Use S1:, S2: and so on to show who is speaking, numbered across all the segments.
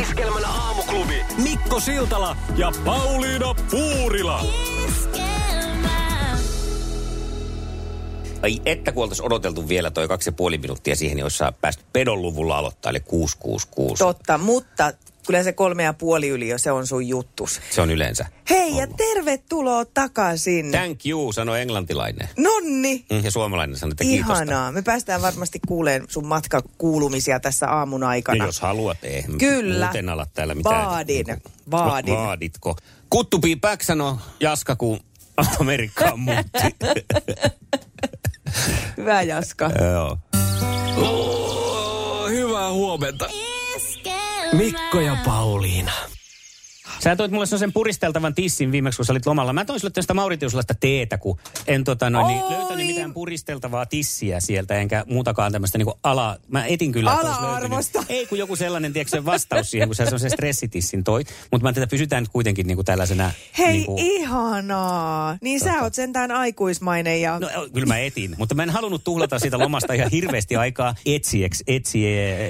S1: Iskelmän aamuklubi.
S2: Mikko Siltala ja Pauliina Puurila.
S3: Ai että kun oltaisiin odoteltu vielä toi kaksi ja puoli minuuttia siihen, jossa päästy pedon luvulla aloittaa, eli 666.
S4: Totta, mutta kyllä se kolme ja puoli yli jo, se on sun juttus.
S3: Se on yleensä.
S4: Hei ja
S3: ollut.
S4: tervetuloa takaisin.
S3: Thank you, sanoi englantilainen.
S4: Nonni,
S3: Mm, Ja suomalainen sanoi, että kiitosta. No,
S4: ihanaa. Me päästään varmasti kuuleen sun matkakuulumisia tässä aamun
S3: Ja
S4: aikana.
S3: jos haluat, ei.
S4: Kyllä.
S3: Muuten ala täällä mitään.
S4: Vaadin,
S3: niinku,
S4: vaadin.
S3: va- Vaaditko. Kuttupi back sanoi Jaska, kun Amerikkaan muutti.
S4: Hyvä Jaska.
S3: Joo.
S2: Oh, Hyvää huomenta. Mikko ja Pauliina.
S3: Sä toit mulle sen puristeltavan tissin viimeksi, kun sä olit lomalla. Mä toin sulle tästä mauritiuslaista teetä, kun en tota, no, niin,
S4: Oi!
S3: löytänyt mitään puristeltavaa tissiä sieltä, enkä muutakaan tämmöistä niin ala... Mä etin kyllä, että olisi löytynyt.
S4: Ala-arvosta.
S3: Ei, kun joku sellainen, tiedätkö, se vastaus siihen, kun sä semmoisen stressitissin toit. Mutta mä tätä pysytään nyt kuitenkin niin kuin tällaisena...
S4: Hei,
S3: niin kuin,
S4: ihanaa. Niin sä oot sentään aikuismainen ja...
S3: No kyllä mä etin, mutta mä en halunnut tuhlata siitä lomasta ihan hirveästi aikaa etsieks, etsi,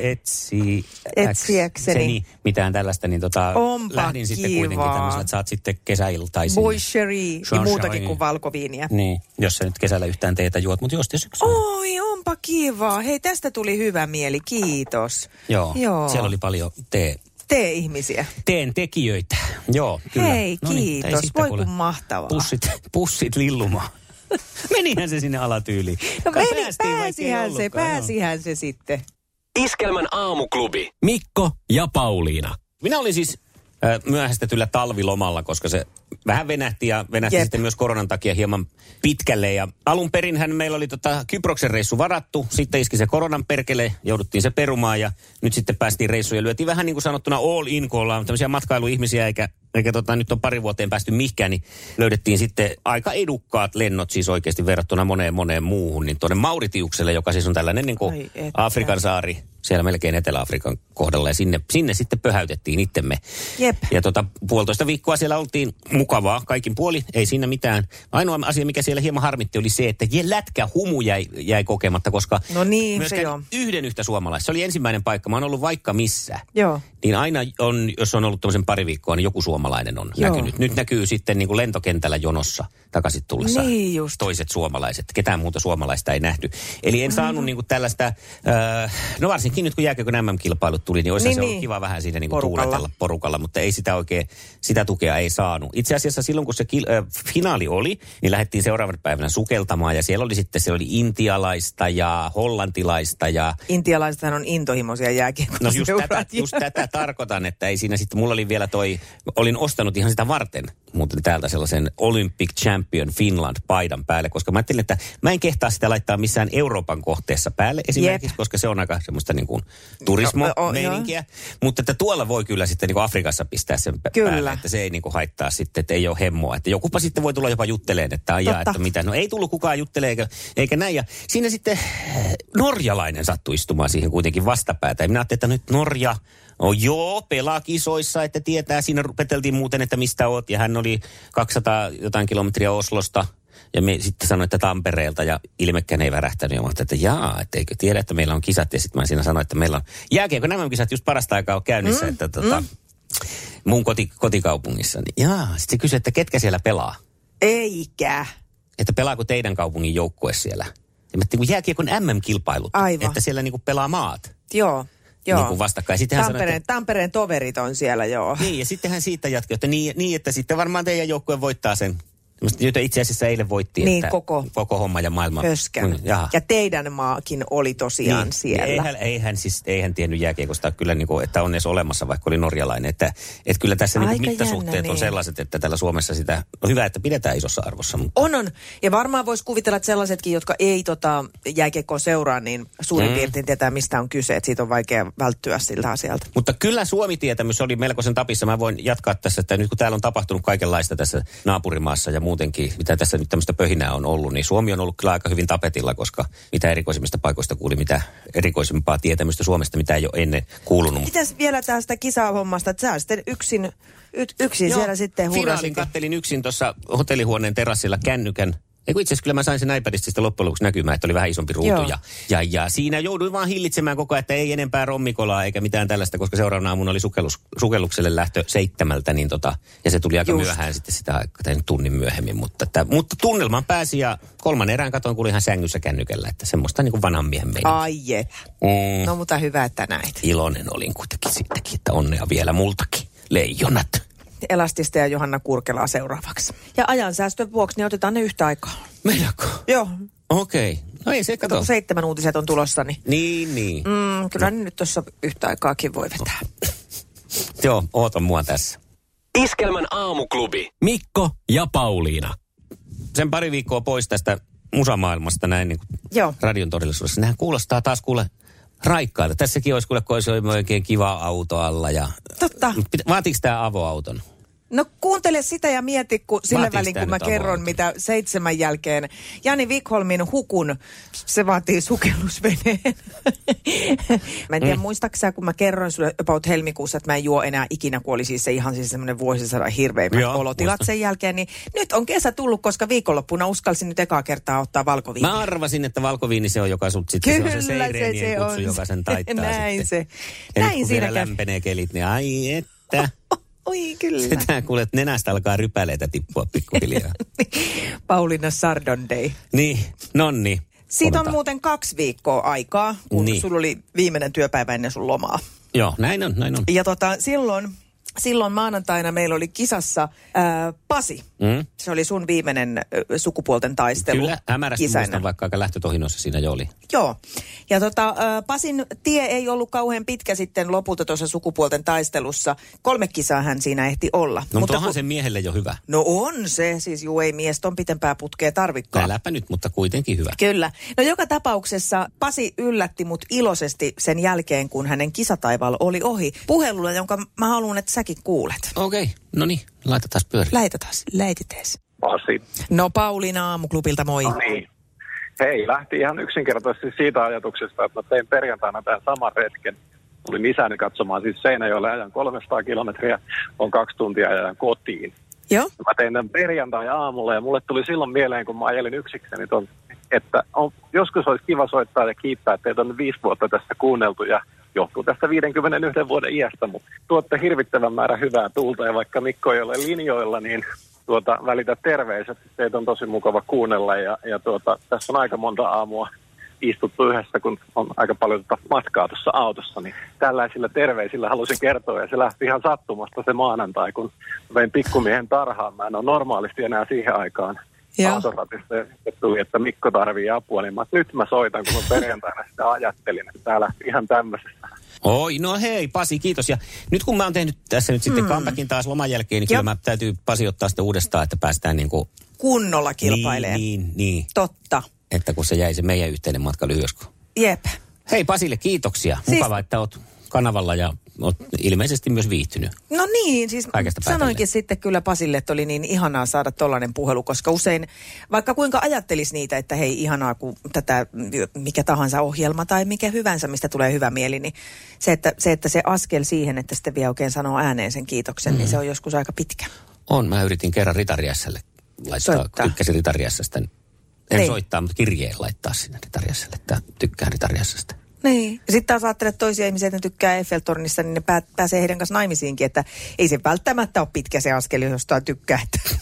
S3: etsi,
S4: Etsiäkseni.
S3: seni mitään tällaista, niin tota,
S4: Onpa
S3: lähdin sitten
S4: kivaa.
S3: kuitenkin tämmöisellä, että saat sitten kesäiltaisin.
S4: Boy Cherie ja
S3: Sunshine.
S4: muutakin kuin valkoviiniä.
S3: Niin, jos sä nyt kesällä yhtään teitä juot, mutta jos te syksyllä.
S4: Oi, onpa kivaa. Hei, tästä tuli hyvä mieli, kiitos.
S3: Joo,
S4: Joo.
S3: siellä oli paljon tee,
S4: Tee ihmisiä.
S3: teen tekijöitä. Joo, kyllä.
S4: Hei,
S3: No niin, ei
S4: kiitos.
S3: siitä
S4: Voi
S3: kuule.
S4: kun mahtavaa.
S3: Pussit, pussit lillumaan. Menihän se sinne alatyyliin.
S4: No
S3: Kai
S4: meni,
S3: päästiin, vaikka ei
S4: pääsihän se,
S3: ollutkaan, joo.
S4: pääsihän se sitten.
S1: Iskelmän aamuklubi.
S2: Mikko ja Pauliina.
S3: Minä olin siis äh, myöhästetyllä talvilomalla, koska se vähän venähti ja venähti
S4: Jep.
S3: sitten myös koronan takia hieman pitkälle. Ja alun perinhän meillä oli tota Kyproksen reissu varattu, sitten iski se koronan perkele, jouduttiin se perumaan ja nyt sitten päästiin reissuun ja lyötiin vähän niin kuin sanottuna all in, kun ollaan tämmöisiä matkailuihmisiä eikä, eikä tota, nyt on pari vuoteen päästy mihinkään, niin löydettiin sitten aika edukkaat lennot siis oikeasti verrattuna moneen moneen muuhun, niin tuonne Mauritiukselle, joka siis on tällainen niin
S4: Ai
S3: kuin
S4: että.
S3: Afrikan saari siellä melkein Etelä-Afrikan kohdalla ja sinne, sinne sitten pöhäytettiin itsemme.
S4: Jep.
S3: Ja tota, puolitoista viikkoa siellä oltiin mukavaa, kaikin puoli, ei siinä mitään. Ainoa asia, mikä siellä hieman harmitti, oli se, että je- lätkä humu jäi, jäi kokematta, koska
S4: No niin, se
S3: myöskään
S4: joo.
S3: yhden yhtä suomalaista. Se oli ensimmäinen paikka, mä oon ollut vaikka missä.
S4: Joo.
S3: Niin aina on, jos on ollut tämmöisen pari viikkoa, niin joku suomalainen on
S4: Joo.
S3: näkynyt. Nyt näkyy sitten niin kuin lentokentällä jonossa takaisin tullessa
S4: Niin just.
S3: toiset suomalaiset. Ketään muuta suomalaista ei nähty. Eli en
S4: Mm.
S3: saanut niinku tällaista, öö, no varsinkin nyt kun jääkökö MM-kilpailut tuli, niin olisi
S4: Niin,
S3: se ollut
S4: niin.
S3: kiva vähän siinä niinku
S4: Porukalla.
S3: tuuletella porukalla, mutta ei sitä oikein, sitä tukea ei saanut. Itse asiassa silloin kun se kil, ö, finaali oli, niin lähdettiin seuraavana päivänä sukeltamaan ja siellä oli sitten, siellä oli intialaista ja hollantilaista ja
S4: Intialaisethan on intohimoisia
S3: No just tätä,
S4: jääkiekkoseuraajia.
S3: just tätä tarkoitan, että ei siinä sitten, mulla oli vielä toi, olin ostanut ihan sitä varten muuten täältä sellaisen Olympic Champion Finland paidan päälle, koska mä ajattelin, että mä en kehtaa sitä laittaa missään Euroopan kohteessa päälle esimerkiksi,
S4: Jep. No,
S3: koska se on aika semmoista niin kuin
S4: O- o-
S3: turismo-meininkiä, mutta että tuolla voi kyllä sitten niin kuin Afrikassa pistää sen pä-
S4: Kyllä.
S3: päälle, että se ei niin kuin haittaa sitten, että ei ole hemmoa, että jokupa sitten voi tulla jopa jutteleen, että ajaa,
S4: Totta.
S3: että mitä, no ei tullut kukaan juttelee eikä, eikä näin ja siinä sitten eh, norjalainen sattui istumaan siihen kuitenkin vastapäätä ja minä ajattelin, että nyt Norja No joo, pelaa kisoissa, että tietää. Siinä rupeteltiin muuten, että mistä oot. Ja hän oli 200 jotain kilometriä Oslosta. Ja me sitten sanoin, että Tampereelta. Ja ilmekään ei värähtänyt. Ja mä ajattelin, että jaa, että eikö tiedä, että meillä on kisat. Ja sitten mä siinä sanoin, että meillä on jääkiekko nämä kisat just parasta aikaa on käynnissä. Mm, että tota, mun koti, kotikaupungissa. Niin, jaa, sitten se kysyi, että ketkä siellä pelaa
S4: Eikä.
S3: että pelaako teidän kaupungin joukkue siellä. Ja mä ajattelin, kun jääkiekon MM-kilpailut,
S4: Aivan.
S3: että siellä niinku pelaa maat
S4: Joo, joo.
S3: niinku vastakkain. Sitten hän sanoi,
S4: Tampereen, Tampereen toverit on siellä, joo.
S3: että, niin, ja sitten hän siitä jatkoi, että niin, niin, että sitten varmaan teidän joukkue voittaa sen. Semmosta, Jota itse asiassa eilen voitti.
S4: Niin,
S3: että
S4: koko-
S3: koko homma ja maailma.
S4: Pöskän.
S3: Mm, jaha.
S4: Ja teidän maakin oli tosiaan
S3: niin.
S4: siellä.
S3: Eihän, eihän, siis, eihän tiennyt jääkiekosta kyllä, niin kuin, että on edes olemassa, vaikka oli norjalainen. Että, että kyllä tässä niin
S4: Aika jännä,
S3: mittasuhteet jännä, on
S4: niin.
S3: sellaiset, että täällä Suomessa sitä... No hyvä, että pidetään isossa arvossa, mutta
S4: On, on. Ja varmaan voisi kuvitella, että sellaisetkin, jotka ei tota, jääkiekkoa seuraa, niin suurin mm. piirtein tietää, mistä on kyse. Että siitä on vaikea välttyä siltä asialta.
S3: Mutta kyllä Suomi-tietämys oli melkoisen tapissa. Mä voin jatkaa tässä, että nyt kun täällä on tapahtunut kaikenlaista tässä naapurimaassa ja muutenkin, mitä tässä nyt tämmöistä pöhinää on ollut, niin Suomi on ollut kyllä aika hyvin tapetilla, koska mitä erikoisimmista paikoista kuuli, mitä erikoisempaa tietämystä Suomesta, mitä ei ole ennen kuulunut.
S4: Mitäs vielä tästä kisahommasta? Että sä sitten yksin, y- yksin
S3: Joo,
S4: Niin siellä sitten
S3: Finaalin
S4: hurrasit.
S3: kattelin yksin tuossa hotellihuoneen terassilla kännykän Eiku itse asiassa kyllä mä sain sen iPadista sitten loppujen lopuksi näkymään, että oli vähän isompi ruutu.
S4: Joo.
S3: Ja, ja, ja, siinä jouduin vaan hillitsemään koko ajan, että ei enempää rommikolaa eikä mitään tällaista, koska seuraavana aamuna oli sukellus, sukellukselle lähtö seitsemältä, niin tota, ja se tuli aika
S4: Just.
S3: myöhään sitten sitä aikaa, tai nyt tunnin myöhemmin. Mutta, että, mutta tunnelmaan pääsi ja kolmannen erään katoin, kun olin ihan sängyssä kännykällä, että semmoista niin kuin vanhan miehen meininkiä.
S4: Ai jep.
S3: Mm.
S4: No mutta hyvä, että näit.
S3: Iloinen olin kuitenkin siitäkin, että onnea vielä multakin. Leijonat.
S4: Elastista ja Johanna Kurkelaa seuraavaksi. Ja ajan säästön vuoksi niin otetaan ne yhtä aikaa.
S3: Meidänkö?
S4: Joo.
S3: Okei. Okay. No ei se,
S4: Kato,
S3: kato.
S4: kun seitsemän uutiset on tulossa, niin
S3: Niin, niin. Mm.
S4: mm, kyllä ne nyt tuossa yhtä aikaakin voi vetää.
S3: Joo, oota mua tässä.
S1: Iskelmän aamuklubi.
S2: Mikko ja Pauliina.
S3: Sen pari viikkoa pois tästä musamaailmasta näin niin kuin
S4: Joo.
S3: radion todellisuudessa. Nehän kuulostaa taas kuule raikkailta. Tässäkin olisi kuule, kun olisi oikein kiva auto alla. Ja...
S4: Totta.
S3: Mut pitä- Vaatiiko tämä avoauton?
S4: No kuuntele sitä ja mieti, kun sillä
S3: Vaatiiko
S4: välin
S3: tää
S4: kun mä
S3: nyt
S4: kerron,
S3: avoauton?
S4: mitä seitsemän jälkeen Jani Wikholmin hukun, se vaatii sukellusveneen. mä en tiedä, mm. muistaaksä, kun mä kerroin sulle about helmikuussa, että mä en juo enää ikinä, kun oli siis se ihan siis semmoinen vuosisadan hirveimmät
S3: Joo,
S4: olotilat
S3: muistan.
S4: sen jälkeen, niin nyt on kesä tullut, koska viikonloppuna uskalsin nyt ekaa kertaa ottaa valkoviiniä.
S3: Mä arvasin, että valkoviini se on, joka sut sitten se on se, seireenien kutsu, joka sen taittaa
S4: Näin
S3: sitten.
S4: se.
S3: Ja
S4: Näin
S3: nyt, kun
S4: siinä
S3: vielä
S4: kävi.
S3: lämpenee kelit, niin ai että.
S4: Oi, kyllä.
S3: Sitä kuulet, nenästä alkaa rypäleitä tippua pikkuhiljaa.
S4: Pauliina Sardondei.
S3: niin, nonni.
S4: Siitä on
S3: Odota.
S4: muuten kaksi viikkoa aikaa, kun niin.
S3: Niin.
S4: sulla oli viimeinen työpäivä ennen sun lomaa.
S3: Joo, näin on, näin on.
S4: Ja tota, silloin, silloin maanantaina meillä oli kisassa ää, Pasi.
S3: Mm.
S4: Se oli sun viimeinen ö, sukupuolten taistelu
S3: Kyllä, hämärästi
S4: kisana.
S3: muistan, vaikka aika lähtötohinoissa siinä jo oli. No,
S4: Joo. Ja tota, ää, Pasin tie ei ollut kauhean pitkä sitten lopulta tuossa sukupuolten taistelussa. Kolme kisaa hän siinä ehti olla.
S3: No, mutta onhan
S4: kun-
S3: se miehelle jo hyvä.
S4: No on se, siis juu ei mies ton pitempää putkea tarvikkaa.
S3: Äläpä nyt, mutta kuitenkin hyvä.
S4: Kyllä. No joka tapauksessa Pasi yllätti mut iloisesti sen jälkeen, kun hänen kisataivaalla oli ohi. Puhelulla, jonka mä haluan, että säkin kuulet.
S3: Okei, okay. no niin, laitetaan pyörille.
S4: Lähetä taas, lähetetees.
S5: Pasi.
S4: No Pauliina aamuklubilta, moi.
S3: No
S5: Niin. Hei, lähti ihan yksinkertaisesti siitä ajatuksesta, että mä tein perjantaina tämän saman retken. Tulin isäni katsomaan siis Seinäjoelle ajan 300 kilometriä, on kaksi tuntia ajan kotiin.
S4: Joo.
S5: Mä tein tämän perjantai aamulla ja mulle tuli silloin mieleen, kun mä ajelin yksikseni ton, että on, joskus olisi kiva soittaa ja kiittää, että teitä on nyt viisi vuotta tässä kuunneltu ja johtuu tästä 51 vuoden iästä, mutta tuotte hirvittävän määrä hyvää tuulta ja vaikka Mikko ei ole linjoilla, niin tuota, välitä terveiset. Teitä on tosi mukava kuunnella ja, ja tuota, tässä on aika monta aamua istuttu yhdessä, kun on aika paljon tota matkaa tuossa autossa, niin tällaisilla terveisillä halusin kertoa, ja se lähti ihan sattumasta se maanantai, kun vein pikkumiehen tarhaan. Mä en ole normaalisti enää siihen aikaan
S4: Joo.
S5: autoratista, ja sitten tuli, että Mikko tarvii apua, niin mä, että nyt mä soitan, kun mä perjantaina sitä ajattelin, että tää lähti ihan tämmöisestä.
S3: Oi, no hei Pasi, kiitos. Ja nyt kun mä oon tehnyt tässä nyt sitten mm. comebackin taas loman jälkeen, niin kyllä
S4: Jop.
S3: mä täytyy Pasi ottaa sitä uudestaan, että päästään niin kuin...
S4: Kunnolla kilpailee.
S3: Niin, niin, niin,
S4: Totta.
S3: että kun se jäi se meidän yhteinen matka lyhyeksi.
S4: Jep.
S3: Hei Pasille, kiitoksia.
S4: Siis-
S3: Siis... Mukava, että oot kanavalla ja oot ilmeisesti myös viihtynyt.
S4: No niin, siis
S3: Kaikesta päätellen.
S4: sanoinkin sitten kyllä Pasille, että oli niin ihanaa saada tollainen puhelu, koska usein, vaikka kuinka ajattelisi niitä, että hei ihanaa, kun tätä mm, mikä tahansa ohjelma tai mikä hyvänsä, mistä tulee hyvä mieli, niin se, että se, että se askel siihen, että sitten vielä oikein sanoo ääneen sen kiitoksen, mm. niin se on joskus aika pitkä.
S3: On, mä yritin kerran ritariässälle laittaa,
S4: Soittaa.
S3: soittaa. tykkäsin ritariässästä. En
S4: Niin.
S3: Ei. soittaa, mutta kirjeen laittaa sinne ritariässälle, että tykkään ritariässästä.
S4: Niin. Sitten taas ajattelet että toisia ihmisiä, että ne tykkää Eiffeltornissa, niin ne pää, pääsee heidän kanssa naimisiinkin, että ei se välttämättä ole pitkä se askel, jos jostain tykkää, että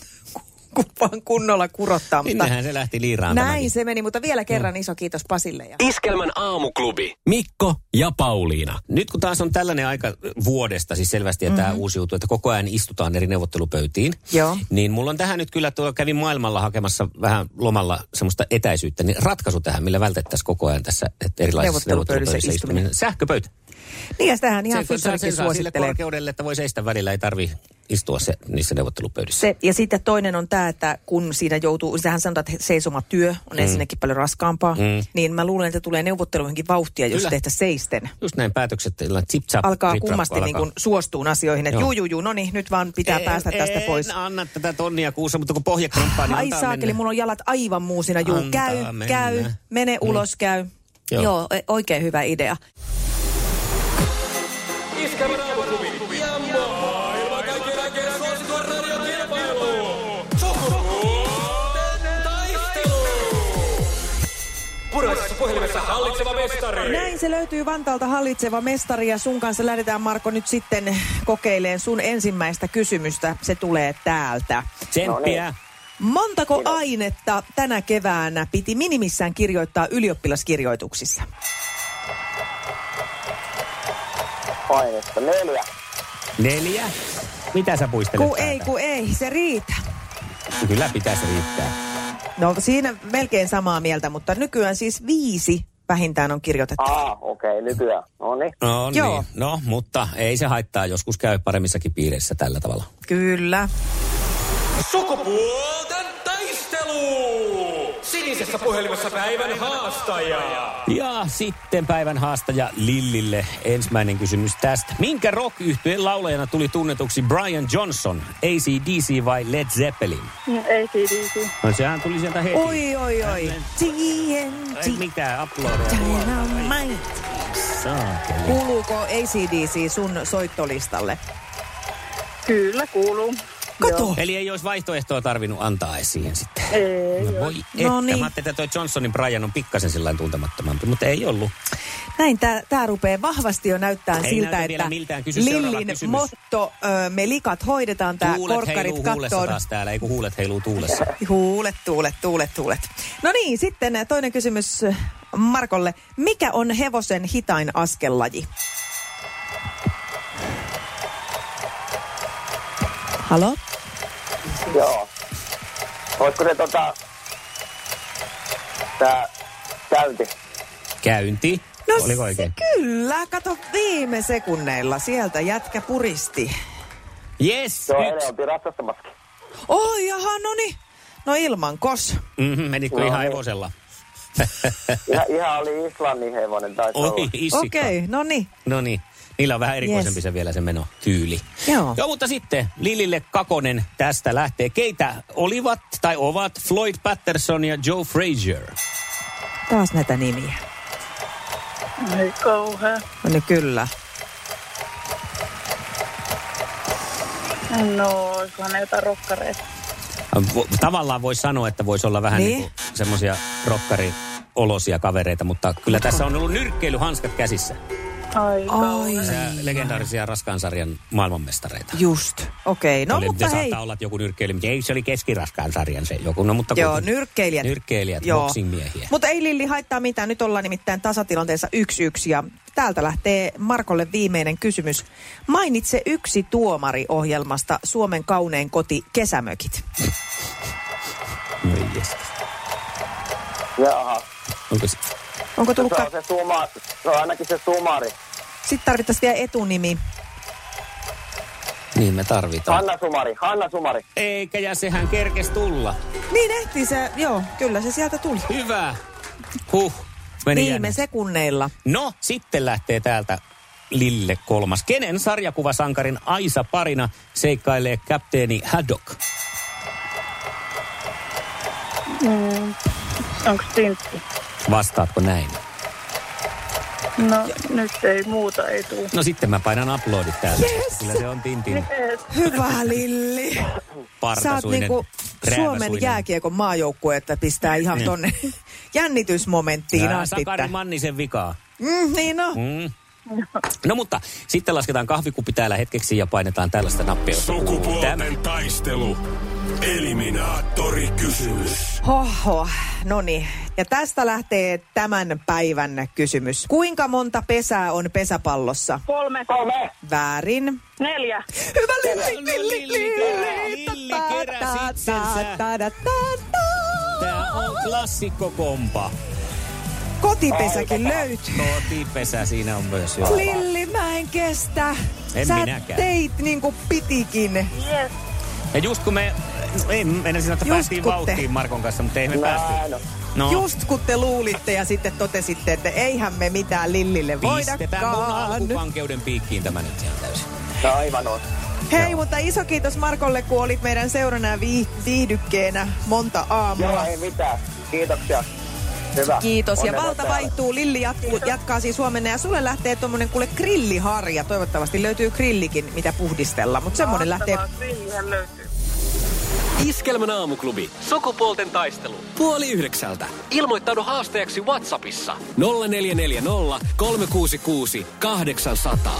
S4: kun vaan kunnolla kurottaa. Mutta
S3: Sinnehän se lähti liiraan
S4: näin
S3: tämäkin.
S4: se meni, mutta vielä kerran iso kiitos Pasille. Ja...
S1: Iskelmän aamuklubi.
S2: Mikko ja Pauliina.
S3: Nyt kun taas on tällainen aika vuodesta, siis selvästi, että mm-hmm. tämä uusiutuu, että koko ajan istutaan eri neuvottelupöytiin,
S4: Mhm. Joo.
S3: niin mulla on tähän nyt kyllä, tuo kävin maailmalla hakemassa vähän lomalla semmoista etäisyyttä, niin ratkaisu tähän, millä vältettäisiin koko ajan tässä että erilaisissa
S4: Neuvottelupöydissä
S3: neuvottelupöydissä istuminen. Sähköpöytä.
S4: Niin ja sitähän ihan
S3: se, kun saa-
S4: Fisarikin
S3: sen saa sille
S4: suosittelee.
S3: korkeudelle, että voi seistä välillä, ei tarvi istua se, niissä neuvottelupöydissä.
S4: Se, ja sitten toinen on tämä, että kun siinä joutuu, sehän sanotaan, että seisomatyö on mm. ensinnäkin paljon raskaampaa, mm. niin mä luulen, että tulee neuvotteluihinkin vauhtia, jos
S3: Kyllä.
S4: tehdä seisten.
S3: Just näin päätökset, joilla tsip-tsap,
S4: Alkaa
S3: rip-rap,
S4: kummasti
S3: alkaa.
S4: niin kuin suostuun asioihin, että
S3: Joo.
S4: juu, juu, juu, no niin, nyt vaan pitää päästä tästä
S3: en
S4: pois.
S3: anna tätä tonnia kuussa, mutta kun pohja kromppaa, niin
S4: Ai
S3: antaa
S4: saakeli,
S3: mennä.
S4: mulla on jalat aivan muusina. Juu,
S3: Antaa
S4: käy,
S3: mennä. Niin.
S4: käy, mene ulos, käy.
S3: Joo.
S4: Joo. Joo, e- oikein hyvä idea.
S6: Sukupuolten taistelu!
S2: puhelimessa hallitseva mestari.
S4: Näin se löytyy Vantaalta hallitseva mestari ja sun kanssa lähdetään Marko nyt sitten kokeileen sun ensimmäistä kysymystä. Se tulee täältä.
S3: Tsemppiä.
S6: No niin.
S4: Montako ainetta tänä keväänä piti minimissään kirjoittaa ylioppilaskirjoituksissa?
S6: Painetta neljä.
S3: Neljä. Mitä sä puistelet
S4: Ku ei,
S3: täältä?
S4: ku ei, se riitä.
S3: Kyllä pitäisi riittää.
S4: No siinä melkein samaa mieltä, mutta nykyään siis viisi vähintään on kirjoitettu.
S6: Aa, Ah, okei, okay, nykyään. No niin.
S3: No
S4: Joo.
S3: niin. No, mutta ei se haittaa. Joskus käy paremmissakin piireissä tällä tavalla.
S4: Kyllä.
S2: Sukupuolten taistelu! Sinisessä puhelimessa päivän haastaja.
S3: Ja sitten päivän haastaja Lillille ensimmäinen kysymys tästä. Minkä rock yhtyeen laulajana tuli tunnetuksi Brian Johnson, ACDC vai Led Zeppelin?
S7: Ei CDC.
S3: No sehän tuli sieltä heti.
S4: Oi, oi, oi.
S3: Ei
S4: TNT.
S3: mitään, uploadia.
S4: Dynamite.
S3: Saateli.
S4: Kuuluuko ACDC sun soittolistalle?
S7: Kyllä, kuuluu.
S4: Kato.
S3: Eli ei olisi vaihtoehtoa tarvinnut antaa edes siihen sitten.
S7: Ei.
S3: No voi että.
S4: No
S3: No
S4: niin.
S3: niin. Mä ajattelin, että toi Johnsonin Brian on pikkasen sillä tuntemattomampi, mutta ei ollut.
S4: Näin tämä rupeaa vahvasti jo näyttää
S3: Ei
S4: siltä,
S3: näytä vielä
S4: että
S3: miltään. Kysy seuraava
S4: Lillin
S3: kysymys.
S4: motto, ö, me likat hoidetaan, tämä
S3: Tuulet
S4: korkkarit
S3: heiluu huulessa
S4: kattoon.
S3: taas täällä, ei kun huulet heiluu tuulessa.
S4: Huulet, tuulet, tuulet, tuulet. No niin, sitten ä, toinen kysymys ä, Markolle. Mikä on hevosen hitain askellaji? Halo?
S6: Joo. Olisiko se tota... Tää... Käynti.
S3: Käynti.
S4: No
S3: Oliko oikein?
S4: se kyllä, kato viime sekunneilla. Sieltä jätkä puristi.
S3: Yes,
S6: Se on
S3: yksi.
S6: enemmän ratsastamassakin.
S4: Oh, jaha, no niin. No ilman kos.
S3: Mm-hmm, menikö
S6: Joo.
S3: ihan hevosella?
S6: Ihan, ihan oli Islannin hevonen taisi
S3: Oi,
S6: olla.
S3: issikka.
S4: Okei, okay, no niin.
S3: No niin, niillä on vähän erikoisempi
S4: Yes.
S3: yes. se vielä se meno, tyyli.
S4: Joo.
S3: Joo, mutta sitten Lilille Kakonen tästä lähtee. Keitä olivat tai ovat Floyd Patterson ja Joe Frazier?
S4: Taas näitä nimiä.
S7: Ei kauhea.
S4: No niin kyllä.
S7: No, olisikohan ne jotain rokkareita.
S3: Vo- Tavallaan voisi sanoa, että voisi olla vähän
S4: Niin.
S3: niin. niin semmoisia rokkariolosia kavereita, mutta kyllä tässä on ollut nyrkkeilyhanskat käsissä.
S7: Ai,
S4: Ai,
S7: kauhea.
S3: Ää, Legendaarisia raskaansarjan maailmanmestareita.
S4: just. Okei, okay, no
S3: oli,
S4: mutta
S3: ne
S4: hei.
S3: saattaa olla että joku nyrkkeily, mutta ei se oli keskiraskaansarjan se joku. No, mutta
S4: Joo,
S3: kuitenkin.
S4: nyrkkeilijät.
S3: Nyrkkeilijät,
S4: Joo.
S3: boxingmiehiä.
S4: Mutta ei Lilli haittaa mitään. Nyt ollaan nimittäin tasatilanteessa 1-1 ja täältä lähtee Markolle viimeinen kysymys. Mainitse yksi tuomari ohjelmasta Suomen kaunein koti Kesämökit.
S3: Voi jestas.
S6: Jaha.
S3: Onko se?
S4: Onko tullut...
S6: Se
S4: Ka-
S6: on se suma... Se on ainakin se sumari.
S4: Sitten tarvittaisiin vielä etunimi.
S3: Niin me tarvitaan.
S6: Hanna Sumari. Hanna Sumari.
S3: Eikä, ja sehän kerkes tulla.
S4: Niin ehti se, joo, kyllä se sieltä tuli.
S3: Hyvä. Huh, meni
S4: Viime
S3: jännä.
S4: sekunneilla.
S3: No, sitten lähtee täältä Lille kolmas. Kenen sarjakuvasankarin Aisa parina seikkailee kapteeni Haddock?
S7: Onko Mm. tintti?
S3: Vastaatko näin?
S7: No, nyt ei muuta ei tuu.
S3: No sitten mä painan uploadit täällä.
S4: Yes!
S3: Kyllä se on Tintin
S7: Jees.
S4: Hyvä Lilli. Sä oot
S3: partasuinen,
S4: niinku Suomen
S3: rääväsuinen.
S4: jääkiekon maajoukkue, että pistää ihan tonne jännitysmomenttiin
S3: Tää
S4: asti.
S3: Niin. Sakari
S4: tää.
S3: Mannisen vikaa.
S4: Mm, niin no.
S3: Mm. No mutta sitten lasketaan kahvikuppi täällä hetkeksi ja painetaan tällaista nappia. josta kuuluu tämä.
S2: Sukupuolten taistelu. Eliminaattori kysymys.
S4: Hoho, no niin. Ja tästä lähtee tämän päivän kysymys. Kuinka monta pesää on pesäpallossa?
S7: Kolme.
S6: Kolme.
S4: Väärin.
S7: Neljä.
S4: Hyvä Lilli,
S3: No,
S4: Lilli,
S3: Lilli,
S4: Lilli.
S3: Lilli
S4: Ta- ta-
S3: keräsi
S4: ta-
S3: itsensä.
S4: ta- ta- ta-
S3: Tää on klassikkokompa.
S4: Kotipesäkin löytyy.
S3: Kotipesä siinä on myös jo.
S4: Lilli, mä en kestä.
S3: En
S4: Sä
S3: minäkään.
S4: teit niin kuin pitikin.
S7: Yes.
S3: Ja just kun me, no ei, mennä sanoa, että
S4: Just
S3: päästiin
S4: kun te-
S3: vauhtiin Markon kanssa, mutta ei me päästy.
S6: Näin on.
S3: No,
S4: Just kun te luulitte ja sitten totesitte, että eihän me mitään Lillille
S3: pistetään mun
S4: voidakaan.
S3: alkupankeuden piikkiin tämä nyt ihan täysin.
S6: No aivan on.
S4: Hei, mutta iso kiitos Markolle, kun olit meidän seurana vii- viihdykkeenä monta
S6: Joo,
S4: aamua.
S6: ei mitään. Kiitoksia. Hyvä.
S4: Kiitos. Ja
S6: Onnea
S4: valta
S6: täällä.
S4: vaihtuu. Lilli jatku, jatkaa siis huomenna. Ja sulle lähtee tuommoinen kuule grilliharja. Toivottavasti löytyy grillikin, mitä puhdistella. Mutta semmoinen lähtee
S7: Siihen löytyy.
S1: Iskelmän aamuklubi. Sukupuolten taistelu. Puoli yhdeksältä. Ilmoittaudu haastajaksi Whatsappissa. 0440 366 800.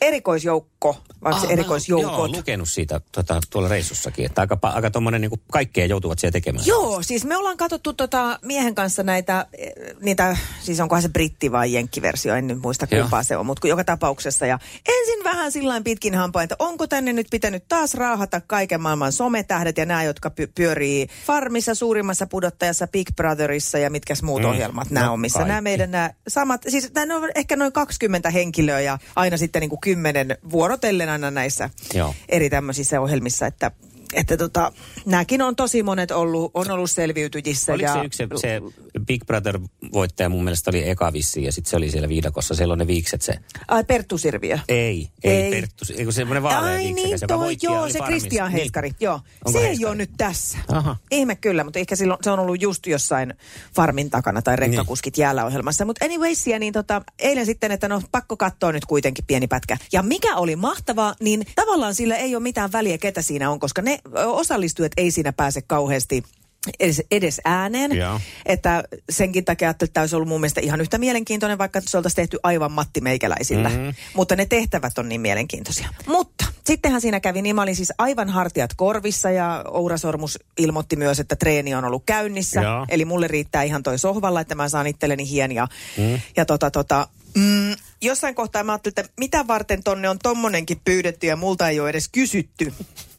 S4: Erikoisjoukko, vai onko
S3: Ah,
S4: se
S3: Joo, olen
S4: erikoisjoukot?
S3: lukenut siitä tota, tuolla reissussakin, että aika, pa- aika tuommoinen niin kaikkea joutuvat siellä tekemään.
S4: Joo, siis me ollaan katsottu tota miehen kanssa näitä, eh, niitä, siis onkohan se britti vai jenkkiversio, en nyt muista
S3: Joo.
S4: kumpaa se on, mutta joka tapauksessa. Ja ensin vähän sillain pitkin hampain, että onko tänne nyt pitänyt taas raahata kaiken maailman sometähdet ja nämä, jotka py- pyörii Farmissa, suurimmassa pudottajassa, Big Brotherissa ja mitkäs muut
S3: Mm,
S4: ohjelmat
S3: no
S4: nämä on, missä nämä
S3: kaikki.
S4: meidän nämä samat, siis nämä on ehkä noin 20 henkilöä ja aina sitten niin kuin 10 vuorotellen aina näissä
S3: Joo.
S4: eri tämmöisissä ohjelmissa, että että tota, nämäkin on tosi monet ollut, on ollut selviytyjissä.
S3: Oliko
S4: ja,
S3: se yksi se, se Big Brother-voittaja mun mielestä oli eka vissi ja sitten se oli siellä viidakossa, siellä on ne viikset se.
S4: Ai, Perttu Sirviö.
S3: Ei, ei,
S4: Ei.
S3: ei. Perttu, eikö semmoinen vaalea
S4: Ai
S3: viiksekäs,
S4: niin,
S3: joka
S4: toi,
S3: voitti ja
S4: joo,
S3: oli
S4: se
S3: farmissa.
S4: Kristian
S3: Niin.
S4: Heiskari, joo.
S3: Onko
S4: se ei
S3: Heiskari?
S4: ole nyt tässä.
S3: Aha.
S4: Ihme kyllä, mutta ehkä silloin se on ollut just jossain farmin takana tai
S3: Niin.
S4: rekkakuskit jäällä ohjelmassa. Mutta anyways, niin tota, eilen sitten, että no pakko katsoa nyt kuitenkin pieni pätkä. Ja mikä oli mahtavaa, niin tavallaan sillä ei ole mitään väliä, ketä siinä on, koska ne ö, osallistujat ei siinä pääse kauheasti edes, edes ääneen.
S3: Joo.
S4: Että senkin takia ajattelin, että tämä olisi ollut mun mielestä ihan yhtä mielenkiintoinen, vaikka se oltaisiin tehty aivan Matti Meikäläisillä. Mm-hmm. Mutta ne tehtävät on niin mielenkiintoisia. Mutta sittenhän siinä kävi niin, mä olin siis aivan hartiat korvissa ja Oura Sormus ilmoitti myös, että treeni on ollut käynnissä.
S3: Joo.
S4: Eli mulle riittää ihan toi sohvalla, että mä saan itselleni hien ja, mm. ja tota, tota, mm, jossain kohtaa mä ajattelin, että mitä varten tonne on tommonenkin pyydetty ja multa ei ole edes kysytty.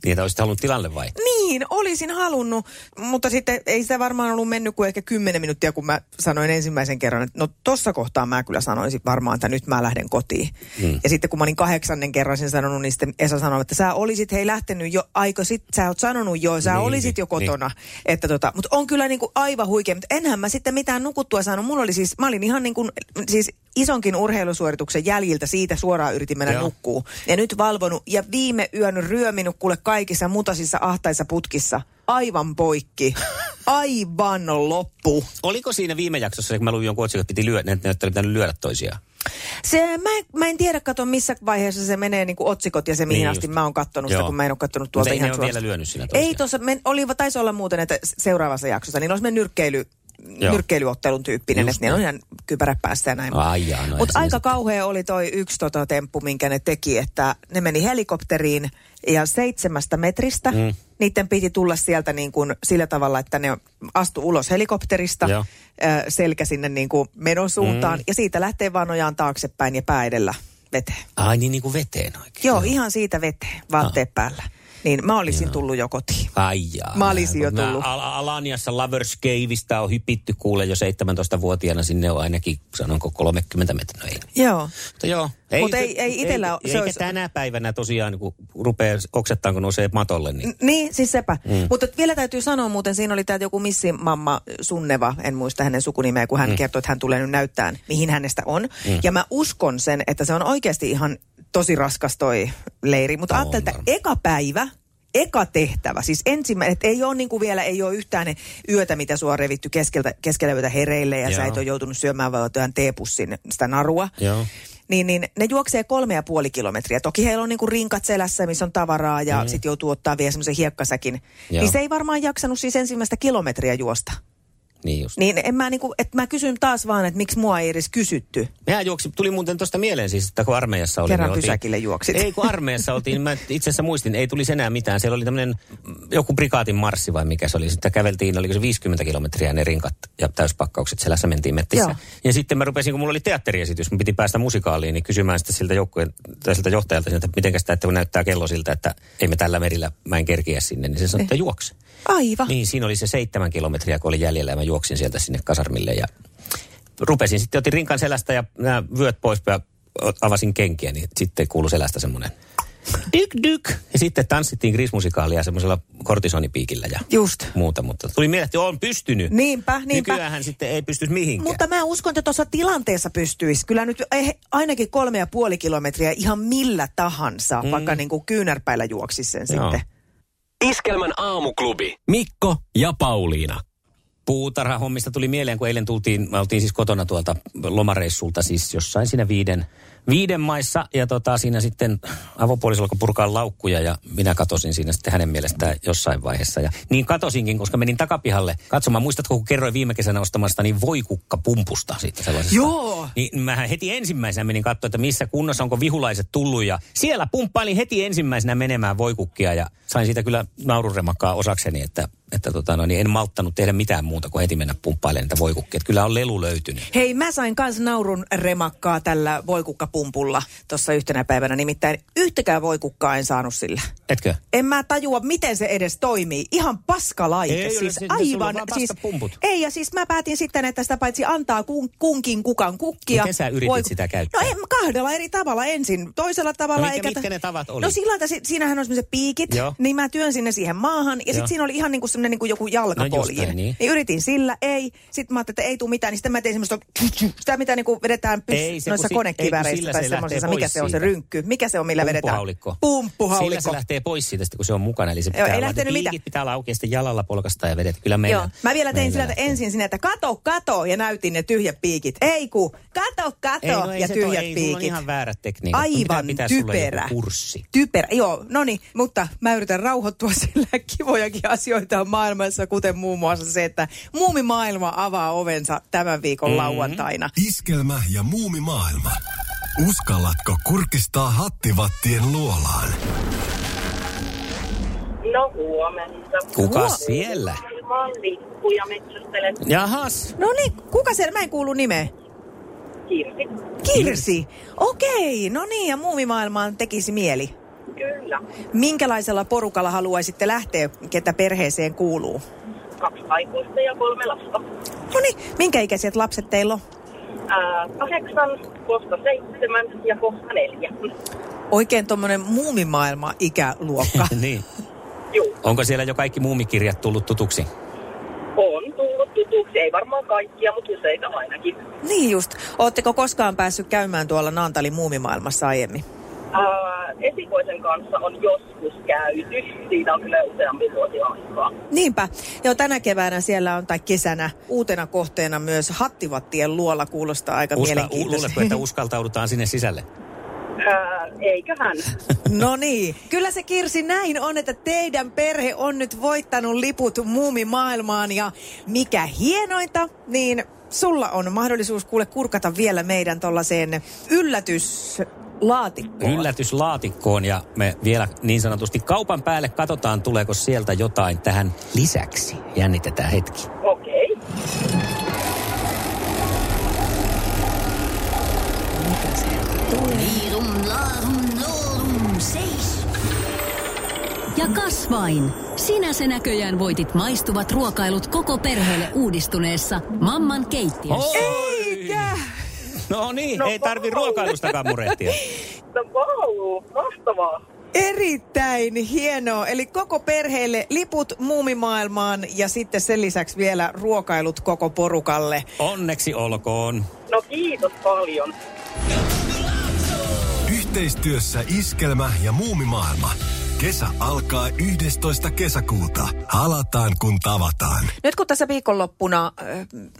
S3: Niin, että olisit halunnut tilalle vai?
S4: Niin, olisin halunnut, mutta sitten ei sitä varmaan ollut mennyt kuin ehkä 10 minuuttia, kun mä sanoin ensimmäisen kerran, että no tossa kohtaa mä kyllä sanoisin varmaan, että nyt mä lähden kotiin. Mm. Ja sitten kun mä olin kahdeksannen kerran sen sanonut, niin sitten Esa sanoi, että sä olisit hei lähtenyt jo, aiko sit, sä oot sanonut jo, sä niin,
S3: Niin,
S4: olisit jo
S3: niin,
S4: kotona. Niin. Että tota, mutta on kyllä niinku aivan huikea, mutta enhän mä sitten mitään nukuttua saanut. Mulla oli siis, mä olin ihan niin kuin, siis isonkin urheilusuorituksen jäljiltä siitä suoraan yritin mennä
S3: Joo.
S4: nukkumaan nukkuu. Ja nyt valvonut ja viime yön ryöminut kuule kaikissa mutasissa ahtaissa putkissa. Aivan poikki. Aivan loppu.
S3: Oliko siinä viime jaksossa, kun mä luin jonkun otsikon, että piti lyö, ne, ne oli pitänyt lyödä toisiaan?
S4: Se, mä, en, mä en tiedä, kato missä vaiheessa se menee niin kuin otsikot ja se mihin niin
S3: Niin
S4: asti
S3: just.
S4: mä oon kattonut sitä,
S3: Joo.
S4: kun mä en ole kattonut
S3: Mutta
S4: tuolta
S3: ei
S4: ihan
S3: ne ole
S4: suorasta.
S3: vielä lyönyt siinä
S4: Ei
S3: toisiaan.
S4: tuossa, men, oli, taisi olla muuten, että seuraavassa jaksossa, niin olisi me nyrkkeily,
S3: Joo.
S4: nyrkkeilyottelun tyyppinen,
S3: Just
S4: että niillä on ihan kypärä päässä ja näin.
S3: Ai jaa, no ei
S4: Mutta
S3: siinä
S4: aika
S3: sitten.
S4: kauhea oli toi yksi tota temppu, minkä ne teki, että ne meni helikopteriin ja seitsemästä metristä mm. niiden piti tulla sieltä niin kuin sillä tavalla, että ne astu ulos helikopterista,
S3: Joo.
S4: ö, selkä sinne niin kuin menon suuntaan mm. ja siitä lähtee vaan nojaan taaksepäin ja pää edellä veteen.
S3: Ai niin, niin kuin veteen oikein.
S4: Joo, ihan siitä veteen, vaatteet päällä. Niin mä olisin tullut jo kotiin.
S3: Ai jaa.
S4: Mä olisin jo
S3: Mut nää
S4: tullut.
S3: Al- Alaniassa Loverscaveista on hypitty kuule jo 17-vuotiaana. Sinne on ainakin, sanonko, 30 metriä. No ei.
S4: Joo.
S3: Mutta joo.
S4: Mut ei- ei itellä oo-
S3: ei,
S4: se
S3: eikä
S4: olisi-
S3: tänä päivänä tosiaan, kun rupeaa oksettaan, kun nousee matolle, niin
S4: N- Niin, siis sepä. Mm. Mutta vielä täytyy sanoa muuten, siinä oli tämä joku missimamma Sunneva, en muista hänen sukunimeä, kun hän mm. kertoi, että hän tulee nyt näyttää, mihin hänestä on. Mm. Ja mä uskon sen, että se on oikeasti ihan tosi raskas toi leiri. Mutta
S3: On
S4: ajattelin, että
S3: varmasti.
S4: eka päivä, eka tehtävä, siis ensimmäinen, että ei ole niin kuin vielä, ei ole yhtään ne yötä, mitä sua on revitty keskeltä, keskellä yötä hereille ja Joo. sä
S3: Joo.
S4: et ole joutunut syömään vaan jotain teepussin sitä narua.
S3: Joo.
S4: Niin, niin ne juoksee kolme ja puoli kilometriä. Toki heillä on niinku rinkat selässä, missä on tavaraa ja mm. sitten joutuu ottaa vielä semmoisen hiekkasäkin. Joo.
S3: Joo.
S4: Niin se ei varmaan jaksanut siis ensimmäistä kilometriä juosta.
S3: niin just.
S4: Niin en mä niinku, että mä kysyn taas vaan, että miksi mua ei edes kysytty.
S3: Minä juoksin, tuli muuten tuosta mieleen siis, että kun armeijassa oli.
S4: Kerran pysäkille juoksit.
S3: Ei, kun armeijassa oltiin, niin mä itse asiassa muistin, ei tulisi enää mitään. Siellä oli tämmöinen joku prikaatin marssi vai mikä se oli. Sitten käveltiin, oliko se 50 kilometriä ne rinkat ja täyspakkaukset selässä mentiin mettissä.
S4: Joo.
S3: Joo. Ja sitten mä rupesin, kun mulla oli teatteriesitys, mun piti päästä musikaaliin, niin kysymään sitten siltä, joukkueen, tai siltä johtajalta, että miten sitä, että kun näyttää kello siltä, että ei me tällä merillä, mä en kerkiä sinne, niin se sanoi, että
S4: Eh.
S3: juokse.
S4: Aivan.
S3: Niin, siinä oli se seitsemän kilometriä, kun oli jäljellä ja mä juoksin sieltä sinne kasarmille ja rupesin sitten, otin rinkan selästä ja nämä vyöt pois ja o- avasin kenkiä, niin sitten kuului selästä semmoinen dyk dyk. Ja sitten tanssittiin grismusikaalia semmoisella kortisonipiikillä ja
S4: Just.
S3: muuta, mutta tuli mieleen, että on pystynyt.
S4: Niinpä, niinpä.
S3: Nykyäänhän sitten ei pystyisi mihinkään.
S4: Mutta mä uskon, että tuossa tilanteessa pystyisi. Kyllä nyt eh- ainakin kolme ja puoli kilometriä ihan millä tahansa, mm. vaikka niinku kyynärpäillä juoksisi sen
S3: Joo.
S4: sitten.
S1: Iskelmän aamuklubi.
S2: Mikko ja Pauliina.
S3: puutarhahommista tuli mieleen, kun eilen tultiin, me oltiin siis kotona tuolta lomareissulta siis jossain siinä viiden viiden maissa ja tota, siinä sitten avopuoliso alkoi purkaa laukkuja ja minä katosin siinä sitten hänen mielestään jossain vaiheessa. Ja niin katosinkin, koska menin takapihalle katsomaan. Muistatko, kun kerroin viime kesänä ostamasta niin voikukkapumpusta siitä sellaisesta?
S4: Joo.
S3: Niin mähän heti ensimmäisenä menin katsoa, että missä kunnossa onko vihulaiset tullut ja siellä pumppailin heti ensimmäisenä menemään voikukkia ja sain siitä kyllä naururemakkaa osakseni, että, että tota, no, niin en malttanut tehdä mitään muuta kuin heti mennä pumppailemaan niitä voikukkia. Että kyllä on lelu löytynyt.
S4: Hei, mä sain kans naurun remakkaa tällä voikukkapumpulla tuossa yhtenä päivänä. Nimittäin yhtäkään voikukkaa en saanut sillä.
S3: Etkö?
S4: En mä tajua, miten se edes toimii. Ihan paskalaite.
S3: Ei ole,
S4: siis
S3: se- se- sulla on
S4: aivan.
S3: vaan
S4: siis,
S3: paskapumput.
S4: ei, ja siis mä päätin sitten, että sitä paitsi antaa kun, kunkin kukan kukkia.
S3: Miten sä yritit sitä käyttää?
S4: No en, kahdella eri tavalla ensin. Toisella tavalla.
S3: No mitkä-
S4: eikä...
S3: mitkä ne tavat oli?
S4: No sillä lailla, että si- siinähän on semmoiset piikit,
S3: Joo.
S4: niin mä työnsin ne siihen maahan. Ja
S3: Joo. No
S4: sitten siinä oli ihan niinku semmoinen niinku joku jalkapoljin.
S3: näin, niin.
S4: niin yritin sillä, ei. Sitten mä ajattelin, että ei tule mitään, niin sitten mä tein semmoista, sitä mitä niinku vedetään pys-
S3: Ei, se kun
S4: noissa
S3: si- ei, kun
S4: konekivääreissä
S3: sillä
S4: tai
S3: se lähtee
S4: semmoisessa, mikä
S3: pois
S4: se on se
S3: siitä.
S4: rynkky, mikä se on, millä vedetään.
S3: Pumppuhaulikko. Sillä se
S4: Pumppuhaulikko.
S3: lähtee pois siitä, sitten, kun se on mukana. Eli se
S4: ei
S3: pitää olla,
S4: lähtenyt
S3: piikit
S4: mitään.
S3: pitää olla auki ja sitten jalalla polkasta ja vedet. Kyllä meillä,
S4: Joo. Mä vielä tein
S3: meillä
S4: sillä, että
S3: lähtee.
S4: ensin sinä, että kato, kato, ja näytin ne tyhjät piikit. Ei ku, kato, kato,
S3: Ei, no ei
S4: ja
S3: se
S4: tyhjät
S3: toi- ei, sulla on
S4: piikit.
S3: ihan väärä tekniikka. Sun Niin, pitää
S4: Aivan
S3: pitää sulla
S4: typerä.
S3: joku kurssi.
S4: Typerä, joo, no niin, mutta mä yritän rauhoittua sillä kivojakin asioita on maailmassa, kuten muun muassa se, että muumimaailma avaa ovensa tämän viikon
S3: Mhm.
S4: mm-hmm. lauantaina.
S8: Iskelmä ja muumimaailma. Uskallatko kurkistaa hattivattien luolaan?
S7: No huomenta.
S3: Kuka
S4: Huo-
S3: siellä?
S7: Mä oon Likku ja metsästelen
S3: Jahas.
S4: No niin, kuka siellä? Mä en kuulu nimeä.
S7: Kirsi.
S4: Kirsi. Okei, no niin, ja muumimaailmaan tekisi mieli.
S7: Kyllä,
S4: Minkälaisella porukalla haluaisitte lähteä, ketä perheeseen kuuluu?
S7: kaksi aikuista ja kolme lasta.
S4: No niin, minkä ikäiset lapset teillä on?
S7: Ää, kahdeksan, kohta seitsemän ja kohta neljä.
S4: Oikein tuommoinen muumimaailma-ikäluokka.
S3: niin.
S7: Juu,
S3: Onko siellä jo kaikki muumikirjat tullut tutuksi?
S7: on tullut tutuksi. Ei varmaan kaikkia, mutta useita ainakin.
S4: niin just. Ootteko koskaan päässyt käymään tuolla Naantalin muumimaailmassa aiemmin?
S7: Ää, esikoisen kanssa on joskus käyty. Siitä on kyllä useampi vuosi aikaa.
S4: Niinpä. Joo, tänä keväänä siellä on, tai kesänä, uutena kohteena myös Hattivattien luola. Kuulostaa aika
S3: Uska, u-
S4: mielenkiintoista.
S3: luuletko, että uskaltaudutaan sinne sisälle?
S7: Ää, eiköhän.
S4: No niin. Kyllä se Kirsi näin on, että teidän perhe on nyt voittanut liput muumimaailmaan ja mikä hienointa, niin sulla on mahdollisuus kuule kurkata vielä meidän tollaiseen yllätyslaatikkoon.
S3: Yllätyslaatikkoon ja me vielä niin sanotusti kaupan päälle katsotaan, tuleeko sieltä jotain tähän lisäksi. Jännitetään hetki.
S7: Okei.
S9: Liirum, laarum, loorum, seis. Ja kasvain. Sinä se näköjään voitit maistuvat ruokailut koko perheelle uudistuneessa Mamman keittiössä.
S4: Eikä!
S3: No niin, ei tarvi ruokailustakaan murehtia.
S7: No vau, mahtavaa.
S4: Erittäin hienoa. Eli koko perheelle liput muumimaailmaan ja sitten sen lisäksi vielä ruokailut koko porukalle.
S3: Onneksi olkoon.
S7: No kiitos paljon.
S8: Yhteistyössä Iskelmä ja muumimaailma. Kesä alkaa 11. kesäkuuta. Halataan kun tavataan.
S4: Nyt kun tässä viikonloppuna äh,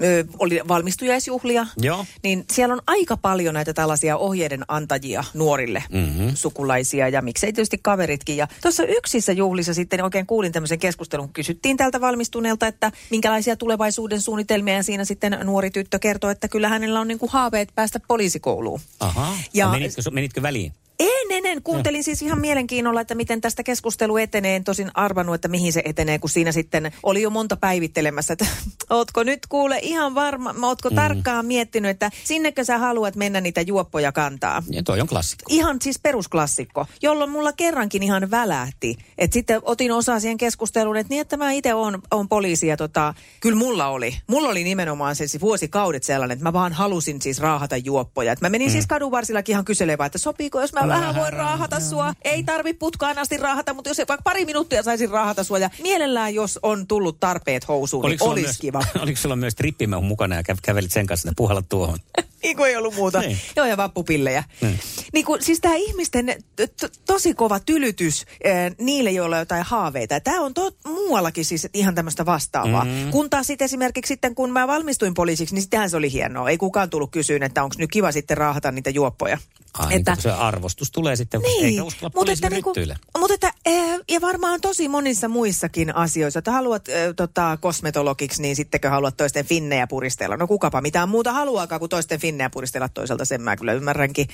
S4: ö, oli valmistujaisjuhlia,
S3: Joo.
S4: niin siellä on aika paljon näitä tällaisia ohjeiden antajia nuorille, mm-hmm. sukulaisia ja miksei tietysti kaveritkin. Ja tuossa yksissä juhlissa sitten oikein kuulin tämmöisen keskustelun, kun kysyttiin tältä valmistuneelta, että minkälaisia tulevaisuuden suunnitelmia ja siinä sitten nuori tyttö kertoo, että kyllä hänellä on niin kuin haaveet päästä poliisikouluun.
S3: Aha.
S4: Ja-
S3: Ja... Menitkö, su- menitkö väliin?
S4: En, en, en. Kuuntelin siis ihan mielenkiinnolla, että miten tästä keskustelu etenee. En tosin arvannut, että mihin se etenee, kun siinä sitten oli jo monta päivittelemässä, että ootko nyt kuule ihan varma, mä ootko mm. tarkkaan miettinyt, että sinnekö sä haluat mennä niitä juoppoja kantaa.
S3: Ja toi on klassikko.
S4: Ihan siis perusklassikko, jolloin mulla kerrankin ihan välähti. Et sitten otin osaa siihen keskusteluun, että niin, että mä itse oon, oon poliisi ja tota, kyllä mulla oli. Mulla oli nimenomaan se siis vuosikaudet sellainen, että mä vaan halusin siis raahata juoppoja. Et mä menin mm. siis kadunvarsillakin ihan kyselemään, että sopiiko, jos mä
S3: Älä
S4: vähän voin
S3: härää,
S4: raahata sua. Ei tarvi putkaan asti raahata, mutta jos vaikka pari minuuttia saisin raahata sua ja mielellään, jos on tullut tarpeet housuun, niin
S3: sulla
S4: olis
S3: myös,
S4: kiva.
S3: Oliko sulla myös trippimehun mukana ja kä- kävelit sen kanssa, että puhalla tuohon?
S4: niin kuin ei ollut muuta.
S3: Niin.
S4: Joo, ja vappupillejä. Niin.
S3: Niin.
S4: Niin kuin, siis tämä ihmisten to, tosi kova tylytys eh, niille, joilla on jotain haaveita. Tämä on tot, muuallakin siis ihan tämmöistä vastaavaa. Mm. Kun taas sitten esimerkiksi sitten, kun mä valmistuin poliisiksi, niin sitähän se oli hienoa. Ei kukaan tullut kysyyn, että onko nyt kiva sitten raahata niitä juoppoja.
S3: Ai, että, niin, se arvostus tulee sitten, niin, eikä uskalla mutta että, niinku,
S4: mutta että, eh, ja varmaan tosi monissa muissakin asioissa, että haluat eh, tota, kosmetologiksi, niin sittenkö haluat toisten finnejä puristella. No kukapa mitään muuta haluaakaan kuin toisten finnejä puristella toiselta, sen mä kyllä ymmärränkin.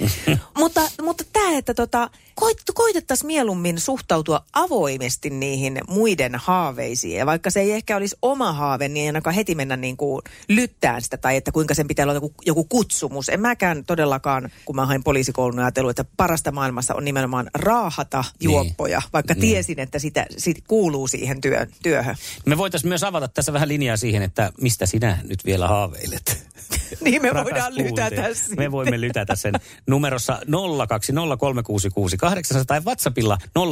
S4: mutta mutta tämä, että tota, koit, koitettaisiin mieluummin suhtautua avoimesti niihin muiden haaveisiin. Ja vaikka se ei ehkä olisi oma haave, niin ei ainakaan heti mennä niin kuin lyttään sitä, tai että kuinka sen pitää olla joku, joku kutsumus. En mäkään todellakaan, kun mä hain poliisikoulun ajatellut, että parasta maailmassa on nimenomaan raahata juoppoja, niin. vaikka niin. tiesin, että sitä, sitä kuuluu siihen työ, työhön.
S3: Me voitaisiin myös avata tässä vähän linjaa siihen, että mistä sinä nyt vielä haaveilet.
S4: niin me Rakas voidaan kuuntia. lytätä
S3: sitten. Me voimme lytätä sen numerossa 020366800 tai WhatsAppilla 0440366800.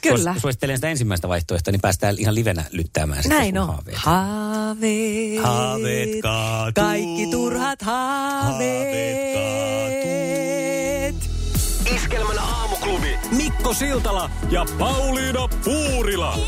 S4: Kyllä.
S3: Jos suosittelen sitä ensimmäistä vaihtoehtoa, niin päästään ihan livenä lyttäämään sitä
S4: Näin on.
S3: Haaveet.
S4: Haaveet.
S3: Haaveet kaatuu.
S4: Kaikki turhat
S3: Haaveet
S4: haaveet.
S1: Iskelmän aamuklubi.
S2: Mikko Siltala ja Pauliina Puurila.